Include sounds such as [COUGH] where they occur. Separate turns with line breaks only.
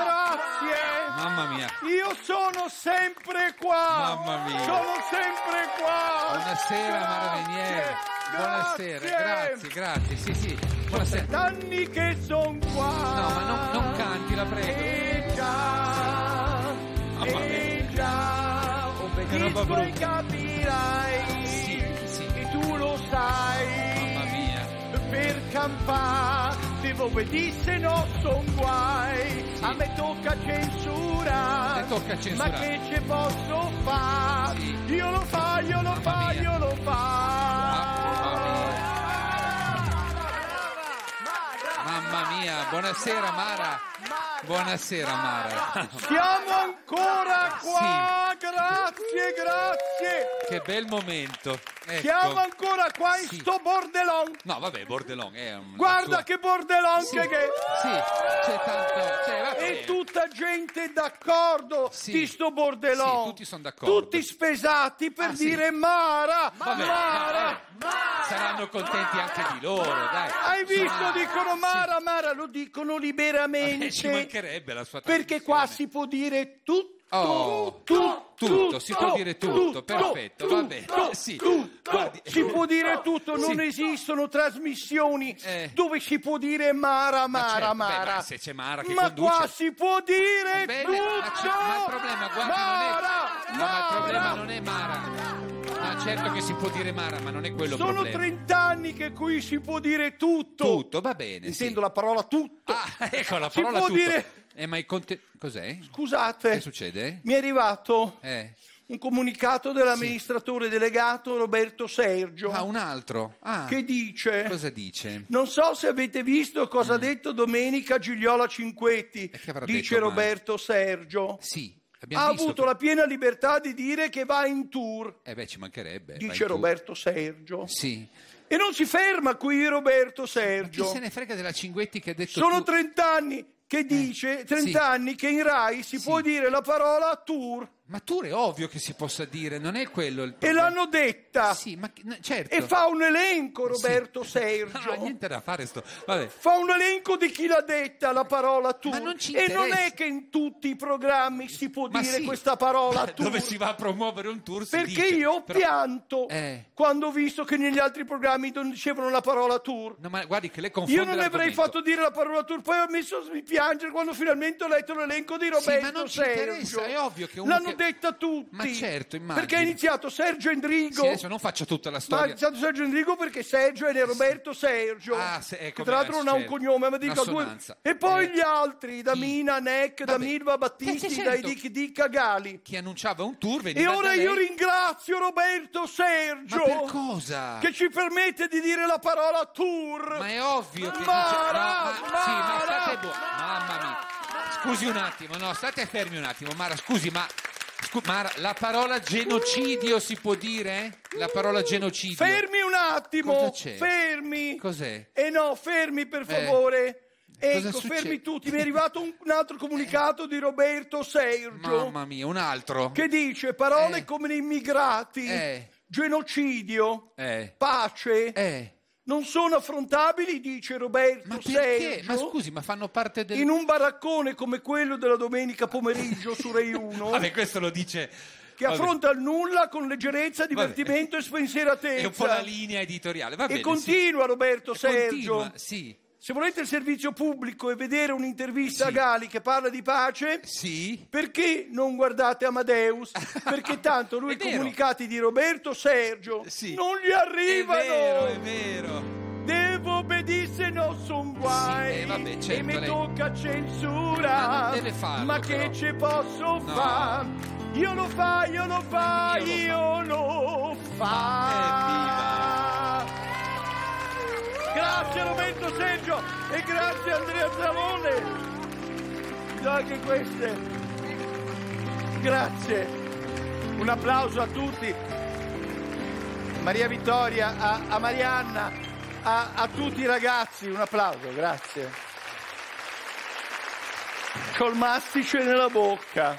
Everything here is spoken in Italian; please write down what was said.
grazie.
Mamma mia.
Io sono sempre qua.
Mamma mia.
Sono sempre qua.
Buonasera Mara
Grazie,
Venier. Buonasera, grazie, grazie. Sì, sì. Buonasera.
Anni che son qua.
No, ma non, non canti, la prego.
E già.
Mamma
E già.
che
Di
roba
tuoi
brutta.
capirai.
Sì, sì.
E tu lo sai.
Mamma mia.
Per campà devo vedere se no son guai. A me tocca
A
censura.
te tocca censurare.
Ma che ce posso fare?
Sì.
Io lo fa, io lo fa,
mia.
io lo
Mamma
fa.
Mamma mia. Buonasera Mara. Buonasera Mara.
Siamo ancora qua. Grazie, grazie.
Che bel momento. Ecco.
Siamo ancora qua in
Sì.
sto bordelon.
No, vabbè, Bordelon è un
Guarda che bordelon
Sì,
che che.
sì, c'è tanto. Cioè, va
E
bene.
tutta gente d'accordo
Sì.
di sto bordelò.
Sì, tutti son d'accordo.
Tutti spesati per
Ah, sì.
dire Mara,
Vabbè, Ah,
Mara.
no, vabbè. Saranno contenti anche di loro, dai.
Hai visto?
Saranno-
Dicono Mara, Mara, lo dicono
Eh, Ci
liberamente.
mancherebbe la sua
Perché
tradizione.
qua si può dire tutto.
Oh,
tutto,
tutto, si può dire tutto, perfetto, va bene,
tutto,
sì,
tutto.
guardi- eh, oh,
si può dire tutto, non
Sì.
esistono trasmissioni
Eh.
dove si può dire Mara, Mara,
certo, beh,
Mara.
ma se c'è Mara che
Ma
conduce-
qua si può dire
Bene,
tutto.
ma, c'è- ma il problema, guarda,
Mara,
non è... no, ma il problema
Mara.
non è Mara. Ma certo che si può dire Mara, ma non è quello il
Sono
problema.
30 anni che qui si può dire tutto.
Tutto, va bene, sì.
Intendo la parola tutto.
Ah, [LAUGHS] ecco la
Si
parola
può
tutto.
dire-
Eh, ma il conte... Cos'è?
Scusate.
Che succede?
Mi è arrivato
Eh.
un comunicato dell'amministratore delegato Roberto Sergio
Ah, un altro. Ah,
che dice
cosa dice?
non so se avete visto cosa ha detto domenica Gigliola Cinquetti,
Mm. E che avrà
dice
detto mai?
Roberto Sergio.
Sì, abbiamo
Ha
visto
avuto
che-
la piena libertà di dire che va in tour,
Eh beh, ci mancherebbe. vai
dice
tu.
Roberto Sergio.
Sì.
E non si ferma qui Roberto
Chi
Sergio.
se ne frega della Cinguetti che ha detto
Sono
tu? Eh,
30 anni che dice, 30
sì.
anni che in Rai si può dire la parola tour
Ma tu è ovvio che si possa dire, non è quello il
e
problema.
l'hanno detta.
Sì, ma che- no, certo.
E fa un elenco Roberto
[LAUGHS] No,
Sergio.
no, niente da fare sto. Vabbè.
Fa un elenco di chi l'ha detta la parola tour.
Ma non ci
e non
interessa.
è che in tutti i programmi si può
Ma
dire
sì.
questa parola
[LAUGHS]
tour.
Dove si va a promuovere un tour si
Perché
dice,
io ho
però-
pianto
Eh.
quando ho visto che negli altri programmi non dicevano la parola tour.
No, ma guardi che le confonde
Io non ne avrei
l'argomento.
fatto dire la parola tour, poi ho messo mi piangere quando finalmente ho letto l'elenco di Roberto
ma non ci
Sergio.
interessa, è ovvio che uno
L'hanno
che-
detta tutti.
Ma certo, immagino.
Perché ha iniziato Sergio Endrigo.
Sì, adesso non faccia tutta la
Ma ha
storia.
iniziato Sergio Endrigo perché Sergio era Roberto Sergio.
Ah, se- ecco,
che tra l'altro non ha un
certo.
cognome, ma dico due.
Un'assonanza.
E poi
Eh.
gli altri, da
Chi?
Mina, Neck, da
Vabbè.
Milva Battisti,
Eh, sì,
dai
certo.
Dick Dick a Gali.
Chi annunciava un tour veniva
E
da
ora
lei.
io ringrazio Roberto Sergio.
Ma per cosa?
Che ci permette di dire la parola tour.
Ma è ovvio che
Mara,
dice... No, ma... Sì, ma
Mara.
state buoni. Mamma mia. Scusi un attimo, no, state fermi un attimo. Mara, scusi, ma... scu- Mara, la parola genocidio si può dire? La parola genocidio.
Fermi un attimo,
Cosa c'è?
fermi.
Cos'è? Eh.
E no, fermi per favore.
cosa
Ecco,
succede?
fermi tutti. Mi è arrivato
[LAUGHS]
un, un altro comunicato di Roberto Sergio
Mamma mia, un altro.
che dice parole
Eh.
come immigrati,
Eh.
genocidio,
Eh.
pace,
Eh.
non sono affrontabili, dice Roberto
Ma perché?
Sergio.
Ma scusi, ma fanno parte del...
In un baraccone come quello della domenica pomeriggio
[LAUGHS]
su Rai 1,
Vabbè, questo lo dice...
che
vabbè,
affronta il nulla con leggerezza,
Vabbè.
divertimento e
È
spensieratezza.
un po' la linea editoriale. Va bene, sì.
E continua Roberto Sergio.
Continua, sì.
Se volete il servizio pubblico e vedere un'intervista a Gali che parla di pace,
Sì.
perché non
[LAUGHS]
guardate Amadeus? Perché tanto lui
È
i
vero. Eh,
comunicati di Roberto Sergio
Sì.
non gli
È
arrivano.
vero, è vero.
Devo obbedire, non son guai.
Sì, eh, vabbè, certo,
e mi
lei-
tocca censura.
Ma non deve farlo,
Ma che
però.
ci posso fa? Io lo fa, io lo fa, io lo fa. Grazie Roberto Sergio e grazie Andrea Zavone. Do Anche queste. Grazie. Un applauso a tutti. Maria Vittoria, a, a Marianna, a, a tutti i ragazzi, un applauso, grazie. Col mastice nella bocca.